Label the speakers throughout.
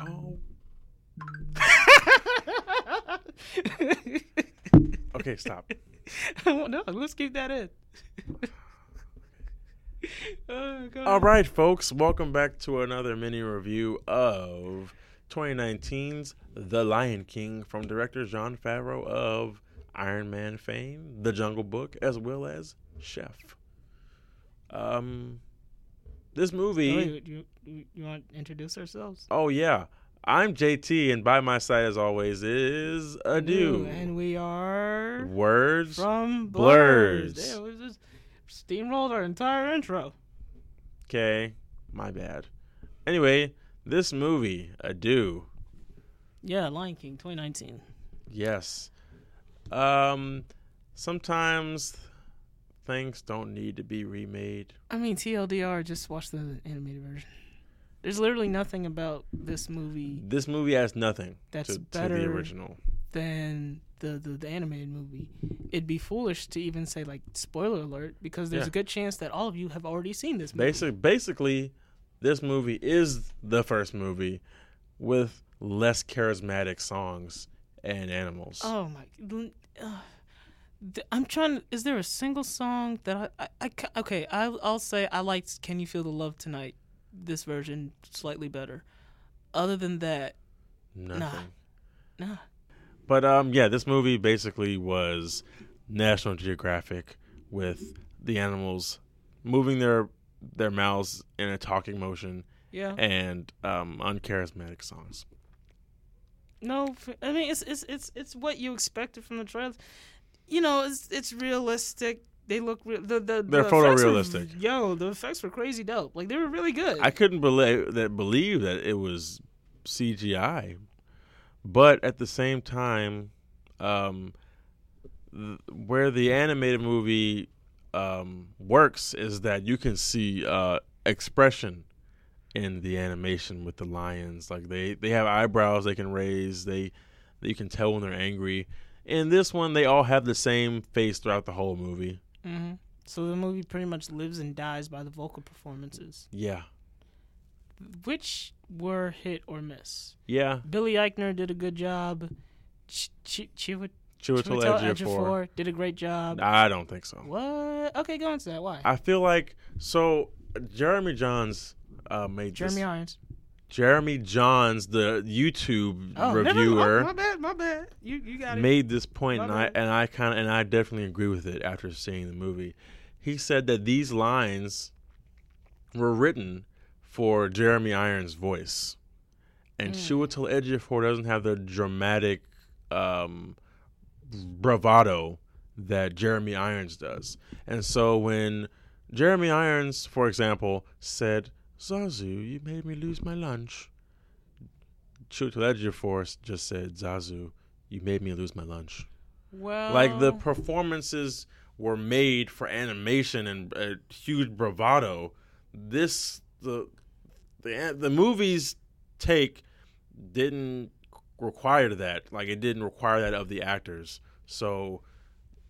Speaker 1: Oh. Okay, stop.
Speaker 2: Oh, no, let's keep that in. oh, God.
Speaker 1: All right, folks, welcome back to another mini review of 2019's The Lion King from director John Favreau of Iron Man fame, The Jungle Book, as well as Chef. Um, this
Speaker 2: Oh,
Speaker 1: movie.
Speaker 2: you, you, you- you want to introduce ourselves?
Speaker 1: Oh yeah, I'm JT, and by my side, as always, is
Speaker 2: New,
Speaker 1: Adu.
Speaker 2: And we are
Speaker 1: Words.
Speaker 2: from
Speaker 1: Blurs.
Speaker 2: Blurs. Yeah, we just Um, steamrolled our entire intro.
Speaker 1: Okay, my bad. Anyway, this movie, Adu.
Speaker 2: Yeah, Lion King 2019.
Speaker 1: Yes. Um, sometimes things don't need to be remade.
Speaker 2: I mean, TLDR, just watch the animated version. There's literally nothing about this movie
Speaker 1: This movie has nothing
Speaker 2: That's
Speaker 1: to, to the
Speaker 2: better.
Speaker 1: original.
Speaker 2: than the, the, the animated movie. It'd be foolish to even say, like, spoiler alert, because there's
Speaker 1: Yeah.
Speaker 2: a good chance that all of you have already seen this movie.
Speaker 1: Basic, basically, this movie is the first movie with less charismatic songs and animals.
Speaker 2: Oh my! l- ugh. Th- I'm trying. Is there a single song that I, I, I ca- okay? I, I'll say I liked "Can You Feel the Love Tonight" this version slightly better. Other than that,
Speaker 1: Nothing.
Speaker 2: nah.
Speaker 1: But um, yeah, this movie basically was National Geographic with the animals moving their their mouths in a talking motion
Speaker 2: Yeah.
Speaker 1: and um, uncharismatic songs.
Speaker 2: No. f- I mean, it's it's it's it's what you expected from the trailer. You know, it's it's realistic. They look real. The,
Speaker 1: They're
Speaker 2: the the effects were-
Speaker 1: photorealistic.
Speaker 2: yo, the effects were crazy dope. Like they were really good.
Speaker 1: I couldn't believe that believe that it was CGI, but at the same time, um, th- where the animated movie um, works is that you can see uh, expression in the animation with the lions. Like they they have eyebrows they can raise. They you can tell when they're angry. In this one, they all have the same face throughout the whole movie.
Speaker 2: hmm So the movie pretty much lives and dies by the vocal performances,
Speaker 1: Yeah,
Speaker 2: which were hit or miss.
Speaker 1: yeah.
Speaker 2: Billy Eichner did a good job. Ch- Ch- Chiwetel
Speaker 1: Chiwetel Ejiofor.
Speaker 2: Ejiofor did a great job.
Speaker 1: I don't think so.
Speaker 2: What? Okay, go into that. Why?
Speaker 1: I feel like so Jeremy Johns uh, made
Speaker 2: Jeremy
Speaker 1: this.
Speaker 2: Irons.
Speaker 1: Jeremy Johns, the YouTube
Speaker 2: Oh, never-
Speaker 1: reviewer,
Speaker 2: oh, my bad. My bad. You you got it.
Speaker 1: made this point,
Speaker 2: My
Speaker 1: and I
Speaker 2: bad.
Speaker 1: and I kind of and I definitely agree with it after seeing the movie. He said that these lines were written for Jeremy Irons' voice, and Chiwetel Ejiofor doesn't have the dramatic um, bravado that Jeremy Irons does, and so when Jeremy Irons, for example, said, "Zazu, you made me lose my lunch." Chiwetel Ejiofor just said, "Zazu, you made me lose my lunch."
Speaker 2: well,
Speaker 1: Like the performances were made for animation and uh, huge bravado. This the the the movie's take didn't require that. Like it didn't require that of the actors. So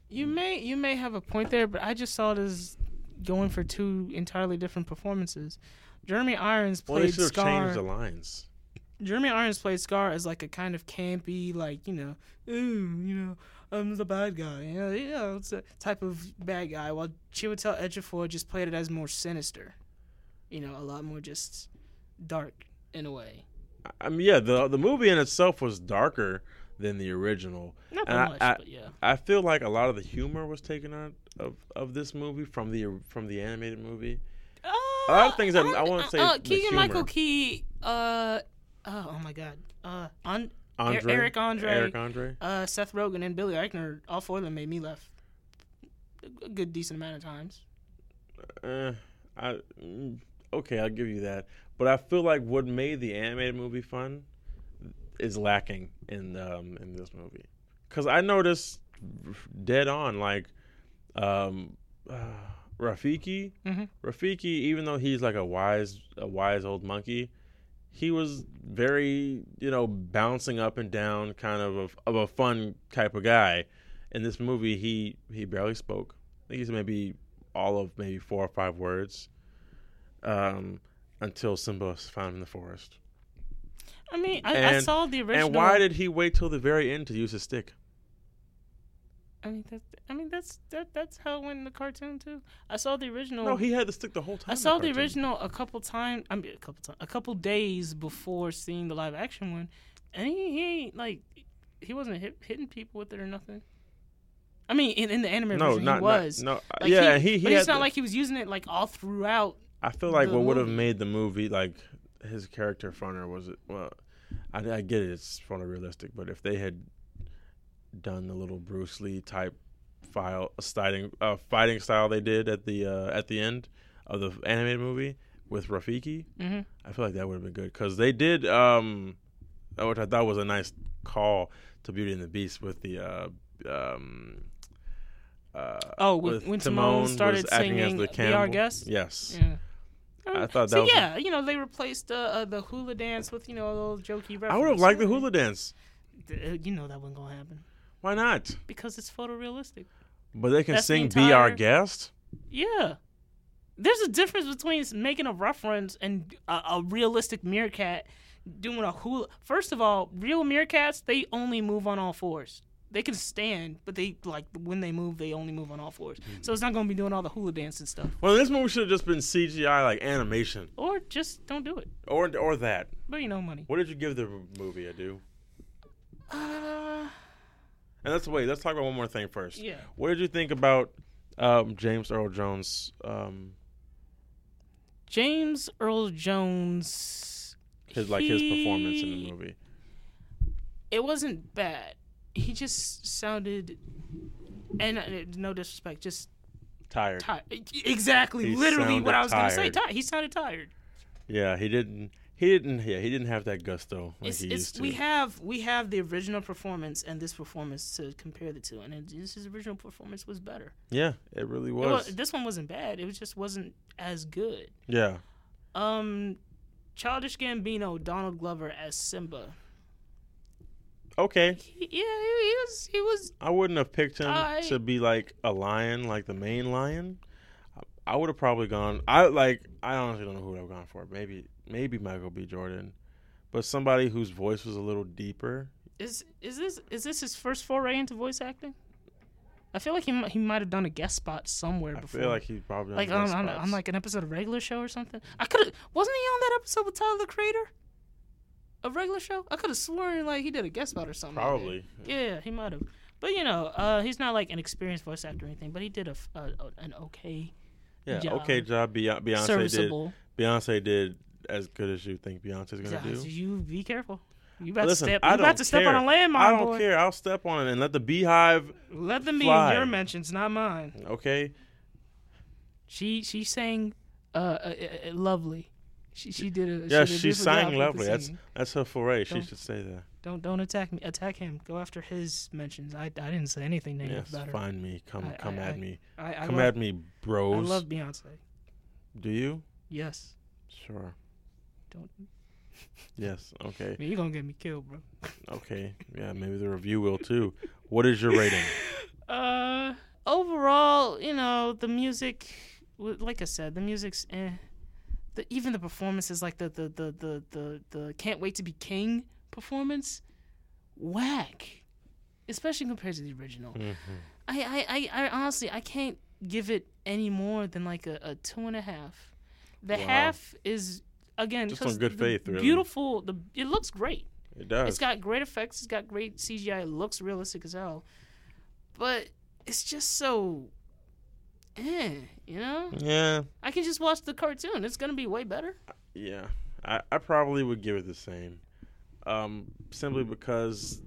Speaker 2: you
Speaker 1: Mm.
Speaker 2: may you may have a point there, but I just saw it as going for two entirely different performances. Jeremy Irons
Speaker 1: well,
Speaker 2: played
Speaker 1: they should have
Speaker 2: Scar.
Speaker 1: changed the lines.
Speaker 2: Jeremy Irons played Scar as like a kind of campy, like you know, ooh, you know, I'm the bad guy, you know, you know, it's a type of bad guy. While Chiwetel Ejiofor just played it as more sinister, you know, a lot more just dark in a way.
Speaker 1: I mean, yeah, the the movie in itself was darker than the original.
Speaker 2: Not
Speaker 1: And
Speaker 2: by
Speaker 1: I-
Speaker 2: much,
Speaker 1: I-
Speaker 2: but yeah.
Speaker 1: I feel like a lot of the humor was taken out of, of this movie from the from the animated movie.
Speaker 2: Uh,
Speaker 1: a lot of things that I wanna say the
Speaker 2: Keegan Michael
Speaker 1: humor.
Speaker 2: Key, uh, oh, oh my God, uh, on
Speaker 1: Andre,
Speaker 2: Eric Andre.
Speaker 1: Eric Andre.
Speaker 2: uh, Seth Rogen and Billy Eichner, all four of them made me laugh a good decent amount of times.
Speaker 1: Uh, I mm, okay, I'll give you that. But I feel like what made the animated movie fun is lacking in um in this movie. Cause I noticed dead on like um uh, Rafiki.
Speaker 2: Mhm.
Speaker 1: Rafiki, even though he's like a wise a wise old monkey, he was very you know bouncing up and down, kind of a, of a fun type of guy. In this movie, he he barely spoke. I think he's maybe all of maybe four or five words. Um, until Simba found him in the forest.
Speaker 2: I mean, I, I
Speaker 1: And-
Speaker 2: saw the original.
Speaker 1: And why did he wait till the very end to use his stick?
Speaker 2: I mean that? I mean that's that. That's how it went in the cartoon too. I saw the original.
Speaker 1: No, he had the stick the whole time.
Speaker 2: Oh. I
Speaker 1: in
Speaker 2: saw the
Speaker 1: cartoon.
Speaker 2: original a couple times. I mean, a couple times, a couple days before seeing the live action one, and he, he ain't like he wasn't hit, hitting people with it or nothing. I mean, in, in the anime
Speaker 1: No,
Speaker 2: version,
Speaker 1: not
Speaker 2: he was.
Speaker 1: Not, no,
Speaker 2: Like,
Speaker 1: yeah,
Speaker 2: he,
Speaker 1: he. he
Speaker 2: but it's
Speaker 1: had
Speaker 2: not
Speaker 1: the-
Speaker 2: like he was using it like all throughout.
Speaker 1: I feel like
Speaker 2: the
Speaker 1: what would have
Speaker 2: movie.
Speaker 1: made the movie like his character funner was it? Well, I, I get it; it's photorealistic, but if they had done the little Bruce Lee type file fighting uh, fighting style they did at the uh, at the end of the animated movie with Rafiki,
Speaker 2: Mm-hmm.
Speaker 1: I feel like that would have been good because they did, um, which I thought was a nice call to Beauty and the Beast with the. Uh, um, uh,
Speaker 2: Oh, with- when Timon started singing Be Our
Speaker 1: cannibal.
Speaker 2: Guest?
Speaker 1: Yes.
Speaker 2: Yeah.
Speaker 1: I thought that
Speaker 2: so
Speaker 1: was a-
Speaker 2: yeah, you know they replaced uh, uh, the hula dance with you know a little jokey reference.
Speaker 1: I would have liked the hula dance.
Speaker 2: Uh, You know that wasn't gonna happen
Speaker 1: Why not?
Speaker 2: because it's photorealistic.
Speaker 1: But they can
Speaker 2: That's the
Speaker 1: sing "Be Our
Speaker 2: entire-
Speaker 1: Guest."
Speaker 2: Yeah. There's a difference between s- making a reference and a, a realistic meerkat doing a hula. First of all, real meerkats they only move on all fours. They can stand, but they like when they move, they only move on all fours.
Speaker 1: Hmm.
Speaker 2: So it's not gonna be doing all the hula dance and stuff.
Speaker 1: Well, this movie should have just been CGI, like animation,
Speaker 2: Or just don't do it.
Speaker 1: or or that.
Speaker 2: But you know, money.
Speaker 1: What did you give the movie? I do.
Speaker 2: Uh,
Speaker 1: And let's wait. Let's talk about one more thing first.
Speaker 2: yeah.
Speaker 1: What did you think about um, James Earl Jones? Um,
Speaker 2: James Earl Jones.
Speaker 1: his like his performance in
Speaker 2: he-
Speaker 1: the movie.
Speaker 2: it wasn't bad. He just sounded, and uh, no disrespect, just
Speaker 1: Tired.
Speaker 2: tired. Exactly,
Speaker 1: He
Speaker 2: literally what
Speaker 1: sounded
Speaker 2: I was going to say.
Speaker 1: tired.
Speaker 2: Ti- he sounded tired.
Speaker 1: Yeah, he didn't. He didn't. Yeah, he didn't have that gusto like
Speaker 2: it's,
Speaker 1: he
Speaker 2: it's
Speaker 1: used to.
Speaker 2: we have we have the original performance and this performance to compare the two, and it, this- his original performance was better.
Speaker 1: yeah, it really
Speaker 2: It
Speaker 1: was.
Speaker 2: wa- this one wasn't bad. It was just wasn't as good.
Speaker 1: yeah,
Speaker 2: Um, Childish Gambino, Donald Glover as Simba.
Speaker 1: okay.
Speaker 2: He, yeah, he, he was he was
Speaker 1: I wouldn't have picked him
Speaker 2: I-
Speaker 1: to be like a lion, like the main lion. I, I would have probably gone. I like. I honestly don't know who would have gone for. Maybe, maybe Michael B. Jordan, but somebody whose voice was a little deeper.
Speaker 2: Is is this is this his first foray into voice acting? I feel like he mi- he might have done a guest spot somewhere
Speaker 1: I
Speaker 2: before.
Speaker 1: feel like he probably
Speaker 2: like
Speaker 1: done
Speaker 2: on,
Speaker 1: guest
Speaker 2: on,
Speaker 1: spots.
Speaker 2: on like an episode of regular show or something. I could have wasn't he on that episode with Tyler the Creator? A regular show? I could have sworn like he did a guest spot or something. like that.
Speaker 1: probably.
Speaker 2: Yeah, he might have. But you know, uh, he's not like an experienced voice actor or anything. But he did a, f- a- a- an okay,
Speaker 1: Yeah.
Speaker 2: Yeah.
Speaker 1: Okay, job. Beyonce did.
Speaker 2: serviceable.
Speaker 1: Beyonce did as good as you think Beyonce's gonna
Speaker 2: Yeah,
Speaker 1: do.
Speaker 2: so you be careful. You about
Speaker 1: Listen,
Speaker 2: to step.
Speaker 1: I
Speaker 2: You about
Speaker 1: don't
Speaker 2: to step on a
Speaker 1: care.
Speaker 2: landmine,
Speaker 1: I don't
Speaker 2: boy.
Speaker 1: care. I'll step on it and let the beehive.
Speaker 2: Let them be in
Speaker 1: Fly.
Speaker 2: your mentions, not mine.
Speaker 1: Okay.
Speaker 2: She she sang uh, uh, uh, lovely. She she did a
Speaker 1: Yeah,
Speaker 2: did a
Speaker 1: she
Speaker 2: beautiful job with
Speaker 1: sang
Speaker 2: the
Speaker 1: lovely. That's
Speaker 2: singing.
Speaker 1: that's her foray. She
Speaker 2: Don't-
Speaker 1: should say that.
Speaker 2: don't don't attack me. Attack him. Go after his mentions. I I didn't say anything negative
Speaker 1: Yes.
Speaker 2: about her.
Speaker 1: Find me. Come
Speaker 2: I-
Speaker 1: come
Speaker 2: I-
Speaker 1: at
Speaker 2: I-
Speaker 1: me.
Speaker 2: I I
Speaker 1: come
Speaker 2: love,
Speaker 1: at me,
Speaker 2: I
Speaker 1: bros.
Speaker 2: love Beyonce.
Speaker 1: Do you?
Speaker 2: Yes.
Speaker 1: Sure.
Speaker 2: Don't
Speaker 1: Yes. Okay.
Speaker 2: man, you're gonna get me killed, bro.
Speaker 1: Okay. Yeah. Maybe the review will too. What is your rating?
Speaker 2: Uh, overall, you know the music. w- Like I said, the music's eh. The, even the performances, like the the the the the, the "Can't Wait to Be King" performance, whack. Especially compared to the original.
Speaker 1: Mhm.
Speaker 2: I, I, I, I honestly I can't give it any more than like a, a two and a half. The
Speaker 1: Wow.
Speaker 2: half is again
Speaker 1: Just
Speaker 2: 'cause
Speaker 1: on good
Speaker 2: the
Speaker 1: faith, really.
Speaker 2: Beautiful. The it looks great.
Speaker 1: It does.
Speaker 2: It's got great effects. It's got great CGI. It looks realistic as hell, but it's just so. Eh, you know,
Speaker 1: yeah.
Speaker 2: I can just watch the cartoon. It's gonna be way better.
Speaker 1: Yeah. I, I probably would give it the same. Um, simply because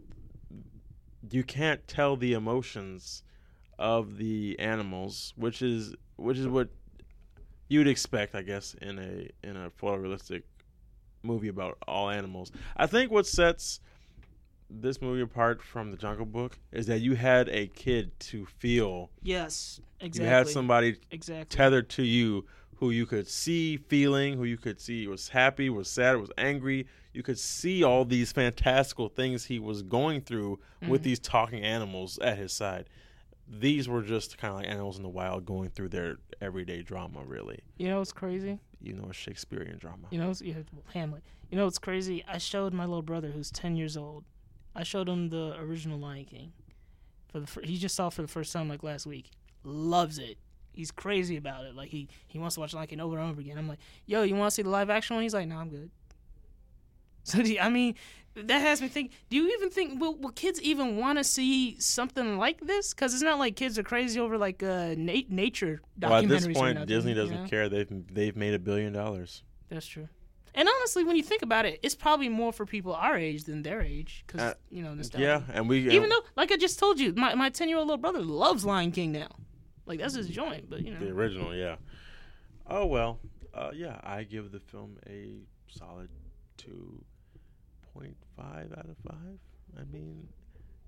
Speaker 1: you can't tell the emotions of the animals, which is which is what you'd expect, I guess, in a in a photorealistic movie about all animals. I think what sets this movie apart from the Jungle Book is that you had a kid to feel.
Speaker 2: Yes,
Speaker 1: You had somebody
Speaker 2: exactly.
Speaker 1: tethered to you who you could see feeling, who you could see was happy, was sad, was angry. You could see all these
Speaker 2: Mm-hmm.
Speaker 1: fantastical things he was going through with these talking animals at his side. these were just kind of like animals in the wild going through their everyday drama, really.
Speaker 2: You know what's crazy?
Speaker 1: You know, a Shakespearean drama.
Speaker 2: You know, it's- yeah, well, Hamlet. You know what's crazy? I showed my little brother, who's ten years old, I showed him the original Lion King. For the fir- he just saw it for the first time like last week. Loves it. He's crazy about it. Like he he wants to watch Lion King over and over again. I'm like, yo, you want to see the live action one? He's like, no, I'm good. So do you- I mean, that has me think. Do you even think will, will kids even want to see something like this? Because it's not like kids are crazy over like uh, na- nature documentaries.
Speaker 1: Well, at this
Speaker 2: or nothing,
Speaker 1: point, Disney
Speaker 2: you
Speaker 1: doesn't
Speaker 2: know?
Speaker 1: care. They've they've made a billion dollars.
Speaker 2: That's true. And honestly, when you think about it, it's probably more for people our age than their age, because
Speaker 1: Uh,
Speaker 2: you know nostalgia.
Speaker 1: Yeah, and we
Speaker 2: Even though, like I just told you, my my ten year old little brother loves Lion King now. Like that's his joint, but you know.
Speaker 1: the original, yeah. Oh well, uh, yeah. I give the film a solid two point five out of five. I mean,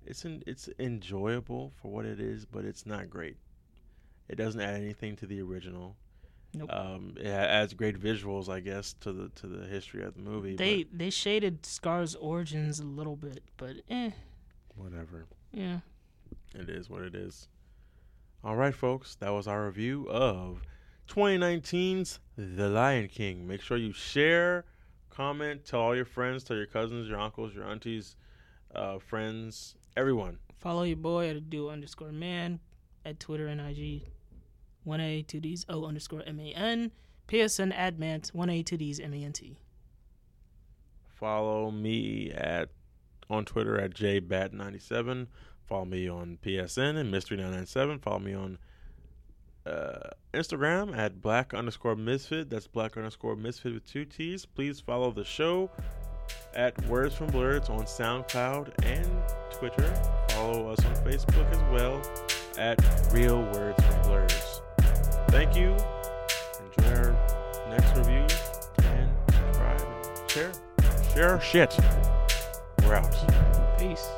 Speaker 1: it's an, it's enjoyable for what it is, but it's not great. It doesn't add anything to the original.
Speaker 2: Nope.
Speaker 1: Um, it ha- adds great visuals, I guess, to the to the history of the movie.
Speaker 2: They they shaded Scar's origins a little bit, but eh,
Speaker 1: but whatever.
Speaker 2: yeah.
Speaker 1: It is what it is. All right, folks, that was our review of 2019's The Lion King. Make sure you share, comment, tell all your friends, tell your cousins, your uncles, your aunties, uh, friends, everyone.
Speaker 2: Follow your boy at a do underscore man at Twitter and IG. 1A, 2Ds, O underscore M A N. PSN admant, 1A, 2Ds, M A N T.
Speaker 1: Follow me at on Twitter at jbat97. Follow me on PSN and mystery997. Follow me on uh, Instagram at black underscore misfit. That's black underscore misfit with two T's. Please follow the show at Words from Blurs on SoundCloud and Twitter. Follow us on Facebook as well at Real Words from Blurs. Thank you. Enjoy our next review and subscribe and share. Share shit. We're out.
Speaker 2: Peace.